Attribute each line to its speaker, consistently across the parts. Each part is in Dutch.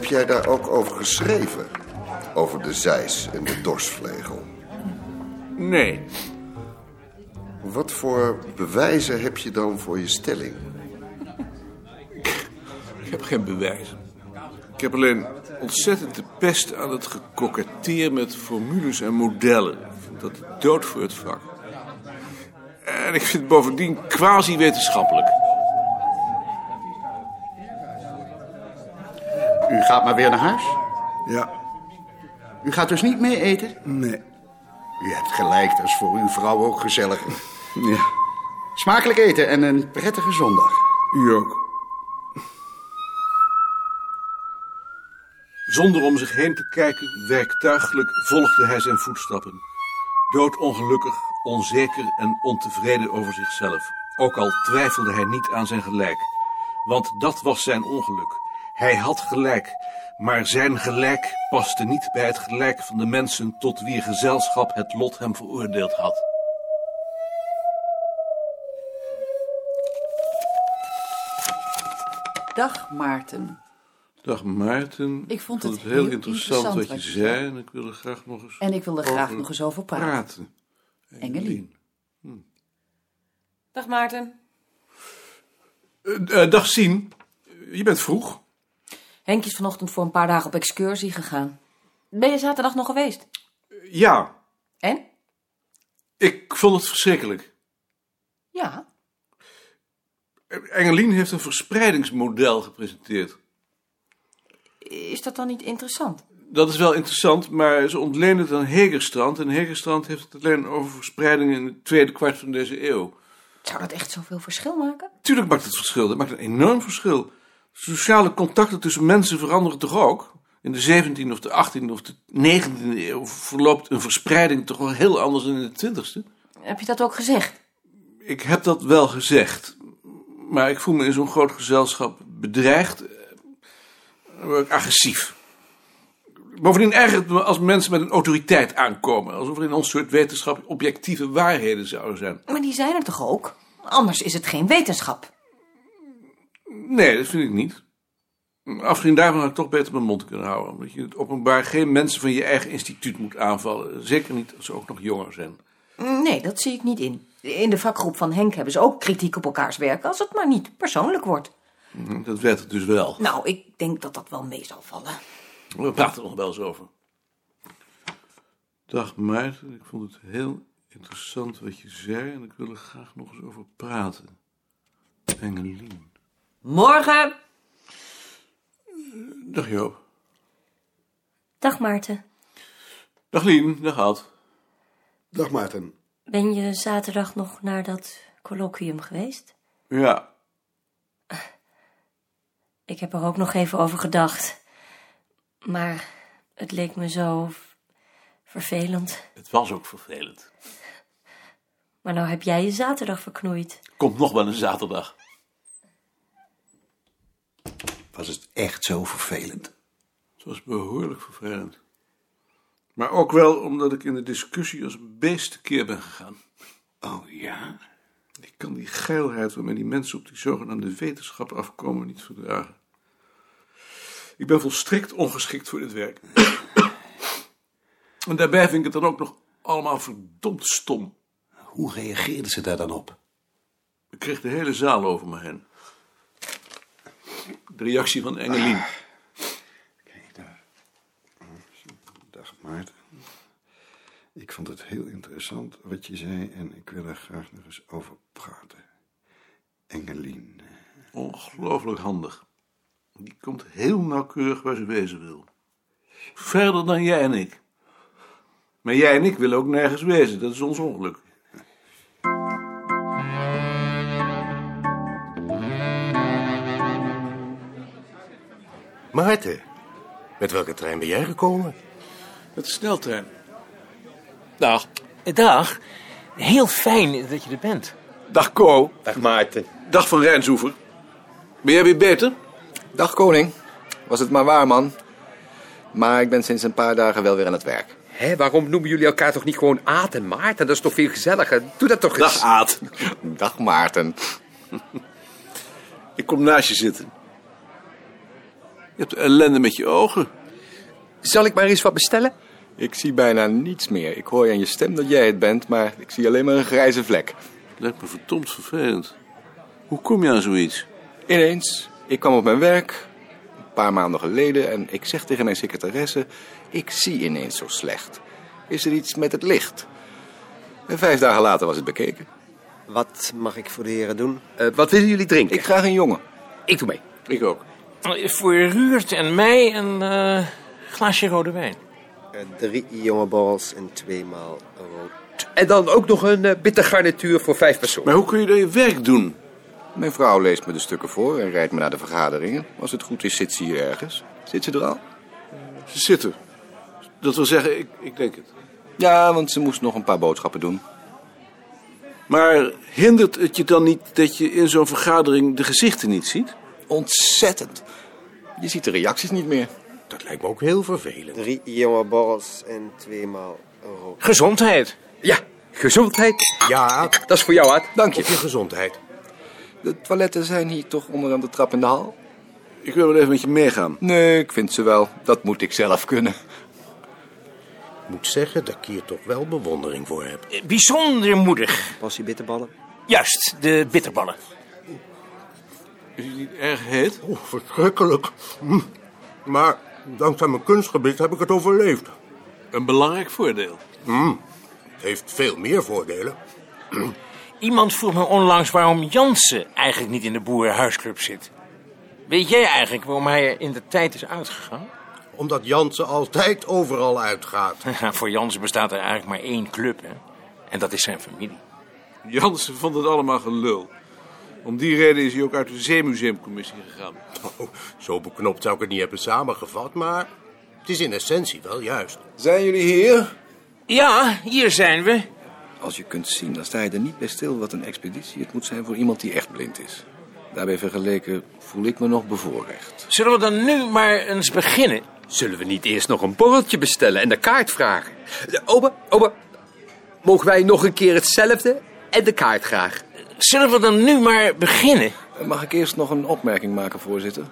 Speaker 1: jij daar ook over geschreven? Over de zeis en de dorsvlegel.
Speaker 2: Nee,
Speaker 1: Wat voor bewijzen heb je dan voor je stelling?
Speaker 2: ik heb geen bewijzen. Ik heb alleen ontzettend de pest aan het gekoketteer met formules en modellen. Ik vind dat de dood voor het vak. En ik vind het bovendien quasi-wetenschappelijk.
Speaker 3: U gaat maar weer naar huis?
Speaker 4: Ja,
Speaker 3: U gaat dus niet mee eten?
Speaker 4: nee.
Speaker 3: U hebt gelijk, dat is voor uw vrouw ook gezellig.
Speaker 4: Ja,
Speaker 3: Smakelijk eten en een prettige zondag.
Speaker 2: U ook. Zonder om zich heen te kijken, werktuigelijk volgde hij zijn voetstappen. Doodongelukkig, onzeker en ontevreden over zichzelf. Ook al twijfelde hij niet aan zijn gelijk. Want dat was zijn ongeluk. Hij had gelijk, maar zijn gelijk paste niet bij het gelijk van de mensen tot wier gezelschap het lot hem veroordeeld had.
Speaker 5: Dag Maarten.
Speaker 2: Dag Maarten.
Speaker 5: Ik vond het
Speaker 2: heel
Speaker 5: heel
Speaker 2: interessant,
Speaker 5: interessant
Speaker 2: wat je
Speaker 5: wat je
Speaker 2: zei en ik wil er graag nog eens
Speaker 5: En ik wil er graag
Speaker 2: over
Speaker 5: nog eens over praten.
Speaker 2: praten.
Speaker 5: Engeline.
Speaker 6: Dag Maarten.
Speaker 2: Eh, eh, dag Sien, je bent vroeg.
Speaker 6: Henk is vanochtend voor een paar dagen op excursie gegaan. Ben je zaterdag nog geweest?
Speaker 2: Ja,
Speaker 6: En?
Speaker 2: ik vond het verschrikkelijk.
Speaker 6: Ja.
Speaker 2: Engelien heeft een verspreidingsmodel gepresenteerd.
Speaker 6: Is dat dan niet interessant?
Speaker 2: Dat is wel interessant, maar ze ontleent het aan Hegerstrand. En Hegerstrand heeft het alleen over verspreiding in het tweede kwart van deze eeuw.
Speaker 6: Zou dat echt zoveel verschil maken?
Speaker 2: Tuurlijk maakt het verschil, dat maakt een enorm verschil. Sociale contacten tussen mensen veranderen toch ook? In de 17e of de 18e of de 19e eeuw verloopt een verspreiding toch wel heel anders dan in de 20e?
Speaker 6: Heb je dat ook gezegd?
Speaker 2: Ik heb dat wel gezegd. Maar ik voel me in zo'n groot gezelschap bedreigd. eh, word ik agressief. Bovendien ergert het me als mensen met een autoriteit aankomen. Alsof er in ons soort wetenschap objectieve waarheden zouden zijn.
Speaker 6: Maar die zijn er toch ook? Anders is het geen wetenschap.
Speaker 2: Nee, dat vind ik niet. Afgezien daarvan had ik toch beter mijn mond kunnen houden. Omdat je in het openbaar geen mensen van je eigen instituut moet aanvallen. Zeker niet als ze ook nog jonger zijn.
Speaker 6: Nee, dat zie ik niet in. In de vakgroep van Henk hebben ze ook kritiek op elkaars werk, als het maar niet persoonlijk wordt.
Speaker 2: Dat werd het dus wel.
Speaker 6: Nou, ik denk dat dat wel mee zal vallen.
Speaker 2: We praten er nog wel eens over. Dag Maarten, ik vond het heel interessant wat je zei en ik wil er graag nog eens over praten. Engelien.
Speaker 6: Morgen!
Speaker 2: Dag Joop.
Speaker 7: Dag Maarten.
Speaker 2: Dag Lien, dag Ad.
Speaker 4: Dag Maarten.
Speaker 7: Ben je zaterdag nog naar dat colloquium geweest?
Speaker 2: Ja,
Speaker 7: Ik heb er ook nog even over gedacht. Maar het leek me zo v- vervelend.
Speaker 2: het was ook vervelend.
Speaker 7: Maar nou heb jij je zaterdag verknoeid.
Speaker 2: Komt nog wel een zaterdag.
Speaker 3: Was het echt zo vervelend?
Speaker 2: Het was behoorlijk vervelend. Maar ook wel omdat ik in de discussie als een beest keer ben gegaan.
Speaker 3: Oh ja?
Speaker 2: Ik kan die geilheid waarmee die mensen op die zogenaamde wetenschap afkomen niet verdragen. Ik ben volstrekt ongeschikt voor dit werk. en daarbij vind ik het dan ook nog allemaal verdomd stom.
Speaker 3: Hoe reageerden ze daar dan op?
Speaker 2: Ik kreeg de hele zaal over me heen. De reactie van Engelien.
Speaker 4: Kijk daar. Dag Maarten. Ik vond het heel interessant wat je zei en ik wil er graag nog eens over praten. Engelien.
Speaker 2: Ongelooflijk handig. Die komt heel nauwkeurig waar ze wezen wil. Verder dan jij en ik. Maar jij en ik willen ook nergens wezen, dat is ons ongeluk.
Speaker 8: Maarten, met welke trein ben jij gekomen?
Speaker 2: Met de sneltrein. Dag.
Speaker 9: Dag. Heel fijn dat je er bent.
Speaker 2: Dag Ko.
Speaker 8: Dag Maarten.
Speaker 2: Dag van Rijnsoever. Ben jij weer beter?
Speaker 10: Dag koning. Was het maar waar, man. Maar ik ben sinds een paar dagen wel weer aan het werk.
Speaker 8: Hé, waarom noemen jullie elkaar toch niet gewoon Aad en Maarten? Dat is toch veel gezelliger? Doe dat toch eens.
Speaker 2: Dag Aad.
Speaker 10: Dag Maarten.
Speaker 2: Ik kom naast je zitten. Je hebt ellende met je ogen.
Speaker 8: Zal ik maar eens wat bestellen?
Speaker 10: Ik zie bijna niets meer. Ik hoor aan je stem dat jij het bent, maar ik zie alleen maar een grijze vlek.
Speaker 2: Lijkt me verdomd vervelend. Hoe kom je aan zoiets?
Speaker 10: Ineens, ik kwam op mijn werk een paar maanden geleden en ik zeg tegen mijn secretaresse: Ik zie ineens zo slecht. Is er iets met het licht? En vijf dagen later was het bekeken.
Speaker 11: Wat mag ik voor de heren doen?
Speaker 8: Eh, wat willen jullie drinken?
Speaker 10: Ik graag een jongen.
Speaker 8: Ik doe mee.
Speaker 2: Ik ook.
Speaker 9: Voor Ruurt en mij een eh, glaasje rode wijn.
Speaker 11: Eh, drie jonge borrels en tweemaal rood.
Speaker 8: En dan ook nog een eh, bitter garnituur voor vijf personen.
Speaker 2: Maar hoe kun je dan je werk doen?
Speaker 10: Mijn vrouw leest me de stukken voor en rijdt me naar de vergaderingen. Als het goed is, zit ze hier ergens. Zit ze er al?
Speaker 2: Ze zitten. Dat wil zeggen, ik, ik denk het.
Speaker 10: Ja, want ze moest nog een paar boodschappen doen.
Speaker 2: Maar hindert het je dan niet dat je in zo'n vergadering de gezichten niet ziet?
Speaker 10: Ontzettend. Je ziet de reacties niet meer.
Speaker 9: Dat lijkt me ook heel vervelend.
Speaker 11: Drie jonge borrels en tweemaal rood.
Speaker 9: Gezondheid.
Speaker 8: Ja, gezondheid.
Speaker 9: Ja,
Speaker 8: Dat is voor jou, Aad. Dank
Speaker 9: op je
Speaker 8: je.
Speaker 9: gezondheid.
Speaker 10: De toiletten zijn hier toch onderaan de trap in de hal?
Speaker 2: Ik wil wel even met je meegaan.
Speaker 10: Nee, ik vind ze wel. Dat moet ik zelf kunnen.
Speaker 9: Ik moet zeggen dat ik hier toch wel bewondering voor heb. Bijzonder moedig.
Speaker 11: Passie bitterballen.
Speaker 9: Juist, de bitterballen.
Speaker 2: Is het niet erg heet?
Speaker 12: Oh, verschrikkelijk. Hm. Maar dankzij mijn kunstgebied heb ik het overleefd.
Speaker 2: Een belangrijk voordeel.
Speaker 12: Het heeft veel meer voordelen.
Speaker 9: Iemand vroeg me onlangs waarom Jansen eigenlijk niet in de boerenhuisclub zit. Weet jij eigenlijk waarom hij er in de tijd is uitgegaan?
Speaker 12: Omdat Jansen altijd overal uitgaat.
Speaker 9: Voor Jansen bestaat er eigenlijk maar één club, hè? En dat is zijn familie.
Speaker 2: Jansen vond het allemaal gelul. Om die reden is hij ook uit de Zeemuseumcommissie gegaan.
Speaker 12: Oh, zo beknopt zou ik het niet hebben samengevat, maar het is in essentie wel juist.
Speaker 10: Zijn jullie hier?
Speaker 9: Ja, hier zijn we.
Speaker 10: Als je kunt zien, dan sta je er niet bij stil wat een expeditie het moet zijn voor iemand die echt blind is. Daarbij vergeleken voel ik me nog bevoorrecht.
Speaker 9: Zullen we dan nu maar eens beginnen?
Speaker 8: Zullen we niet eerst nog een borreltje bestellen en de kaart vragen? Eh, Ober, ober, mogen wij nog een keer hetzelfde en de kaart graag?
Speaker 9: Zullen we dan nu maar beginnen?
Speaker 10: Mag ik eerst nog een opmerking maken, voorzitter?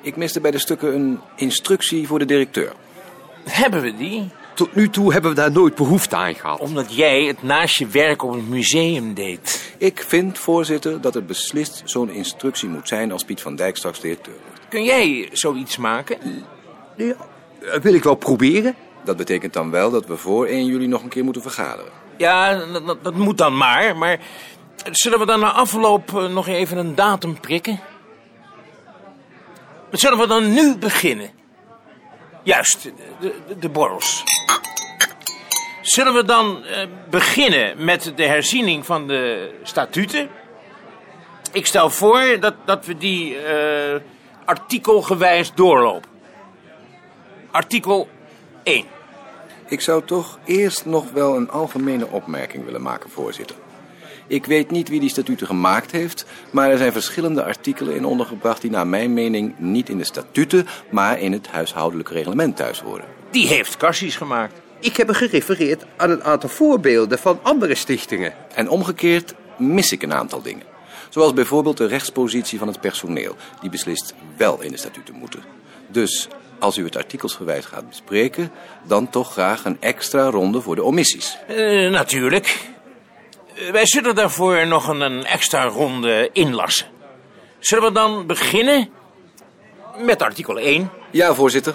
Speaker 10: Ik miste bij de stukken een instructie voor de directeur.
Speaker 9: Hebben we die?
Speaker 8: Tot nu toe hebben we daar nooit behoefte aan gehad.
Speaker 9: Omdat jij het naast je werk op het museum deed.
Speaker 10: Ik vind, voorzitter, dat het beslist zo'n instructie moet zijn als Piet van Dijk straks directeur wordt.
Speaker 9: Kun jij zoiets maken?
Speaker 8: Ja, eh, wil ik wel proberen.
Speaker 10: Dat betekent dan wel dat we voor 1 juli nog een keer moeten vergaderen.
Speaker 9: Ja, dat, dat- dat moet dan maar. Maar zullen we dan na afloop eh, nog even een datum prikken? Zullen we dan nu beginnen? Juist, de, de, de borrels. Zullen we dan eh, beginnen met de herziening van de statuten? Ik stel voor dat, dat we die eh, artikelgewijs doorlopen. Artikel 1.
Speaker 10: Ik zou toch eerst nog wel een algemene opmerking willen maken, voorzitter. Ik weet niet wie die statuten gemaakt heeft, maar er zijn verschillende artikelen in ondergebracht die naar mijn mening niet in de statuten, maar in het huishoudelijk reglement thuis horen.
Speaker 9: Die heeft Cassis gemaakt.
Speaker 8: Ik heb er gerefereerd aan een aantal voorbeelden van andere stichtingen.
Speaker 10: En omgekeerd mis ik een aantal dingen. Zoals bijvoorbeeld de rechtspositie van het personeel, die beslist wel in de statuten moeten. Dus als u het artikelsgewijs gaat bespreken, dan toch graag een extra ronde voor de omissies.
Speaker 9: Eh, natuurlijk. Eh, wij zullen daarvoor nog een, een extra ronde inlassen. Zullen we dan beginnen met artikel 1?
Speaker 10: Ja, voorzitter.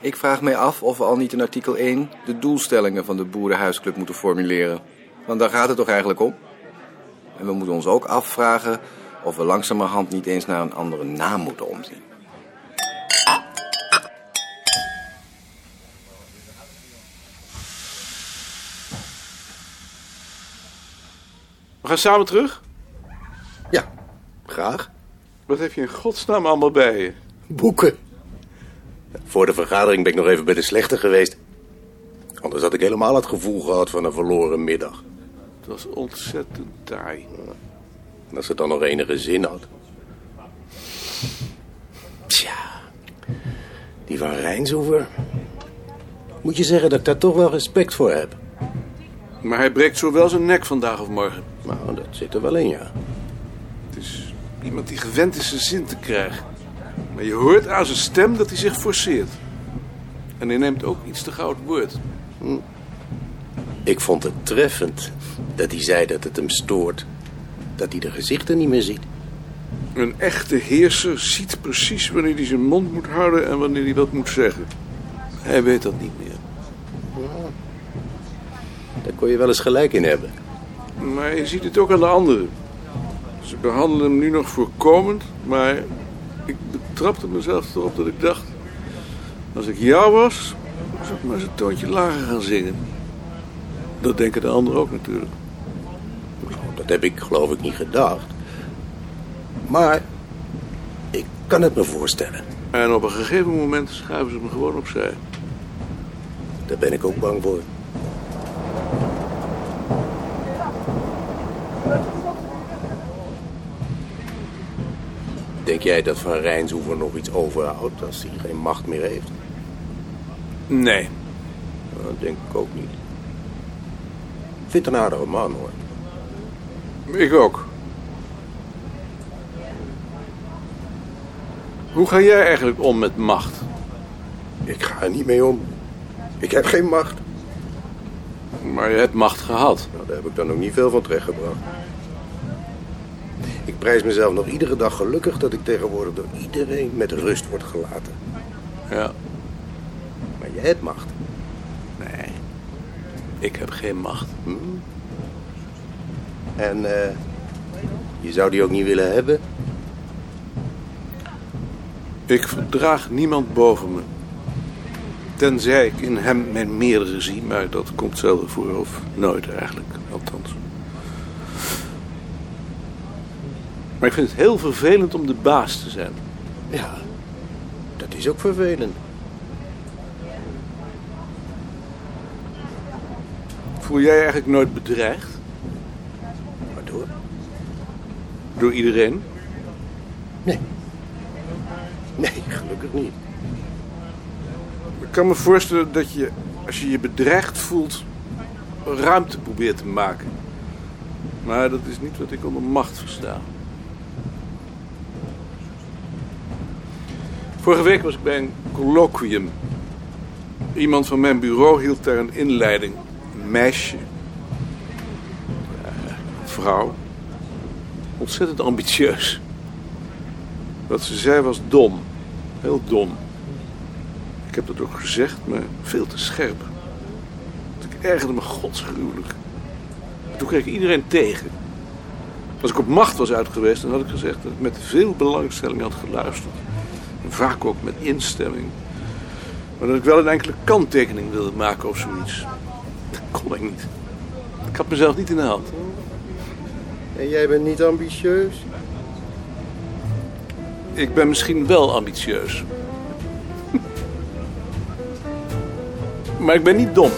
Speaker 10: Ik vraag mij af of we al niet in artikel 1 de doelstellingen van de Boerenhuisclub moeten formuleren. Want daar gaat het toch eigenlijk om? En we moeten ons ook afvragen of we langzamerhand niet eens naar een andere naam moeten omzien.
Speaker 2: We gaan samen terug?
Speaker 3: Ja, graag.
Speaker 2: Wat heb je in godsnaam allemaal bij je?
Speaker 12: Boeken.
Speaker 3: Voor de vergadering ben ik nog even bij de slechter geweest. Anders had ik helemaal het gevoel gehad van een verloren middag.
Speaker 2: Dat is ontzettend taai.
Speaker 3: En als het dan nog enige zin had. Tja, die van Rijnsoever. Moet je zeggen dat ik daar toch wel respect voor heb.
Speaker 2: Maar hij breekt zowel zijn nek vandaag of morgen.
Speaker 3: Nou, dat zit er wel in, ja.
Speaker 2: Iemand die gewend is zijn zin te krijgen. Maar je hoort aan zijn stem dat hij zich forceert. En hij neemt ook iets te goud woord.
Speaker 3: Ik vond het treffend dat hij zei dat het hem stoort. Dat hij de gezichten niet meer ziet.
Speaker 2: Een echte heerser ziet precies wanneer hij zijn mond moet houden en wanneer hij wat moet zeggen. Hij weet dat niet meer.
Speaker 3: Daar kon je wel eens gelijk in hebben.
Speaker 2: Maar je ziet het ook aan de anderen. Ze behandelen hem nu nog voorkomend, maar ik betrapte mezelf erop dat ik dacht... als ik jou was, zou ik maar eens een toontje lager gaan zingen. Dat denken de anderen ook natuurlijk.
Speaker 3: Dat heb ik geloof ik niet gedacht. Maar ik kan het me voorstellen.
Speaker 2: En op een gegeven moment schuiven ze me gewoon opzij.
Speaker 3: Daar ben ik ook bang voor. Denk jij dat Van Rijnshoever nog iets overhoudt als hij geen macht meer heeft?
Speaker 2: Nee.
Speaker 3: Dat denk ik ook niet. Ik vind het een aardige man hoor.
Speaker 2: Ik ook. Hoe ga jij eigenlijk om met macht?
Speaker 3: Ik ga er niet mee om. Ik heb geen macht.
Speaker 2: Maar je hebt macht gehad.
Speaker 3: Nou, daar heb ik dan ook niet veel van terechtgebracht. Ik prijs mezelf nog iedere dag gelukkig dat ik tegenwoordig door iedereen met rust word gelaten.
Speaker 2: Ja.
Speaker 3: Maar jij hebt macht.
Speaker 2: Nee. Ik heb geen macht.
Speaker 3: Hm? En eh, je zou die ook niet willen hebben?
Speaker 2: Ik verdraag niemand boven me. Tenzij ik in hem mijn meerdere zie, maar dat komt zelden voor of nooit eigenlijk, althans. Maar ik vind het heel vervelend om de baas te zijn.
Speaker 3: Ja, dat is ook vervelend.
Speaker 2: Voel jij je eigenlijk nooit bedreigd?
Speaker 3: Waardoor?
Speaker 2: Door iedereen?
Speaker 3: Nee. Nee, gelukkig niet.
Speaker 2: Ik kan me voorstellen dat je, als je je bedreigd voelt, ruimte probeert te maken. Maar dat is niet wat ik onder macht versta. Vorige week was ik bij een colloquium. Iemand van mijn bureau hield daar een inleiding. Een meisje. Eh, een vrouw. Ontzettend ambitieus. Wat ze zei was dom. Heel dom. Ik heb dat ook gezegd, maar veel te scherp. Want ik ergerde me godsgruwelijk. Toen kreeg ik iedereen tegen. Als ik op macht was uit geweest, dan had ik gezegd dat ik met veel belangstelling had geluisterd. En vaak ook met instemming. Maar dat ik wel een enkele kanttekening wilde maken of zoiets. Dat kon ik niet. Ik had mezelf niet in de hand.
Speaker 3: En jij bent niet ambitieus?
Speaker 2: Ik ben misschien wel ambitieus. maar ik ben niet dom.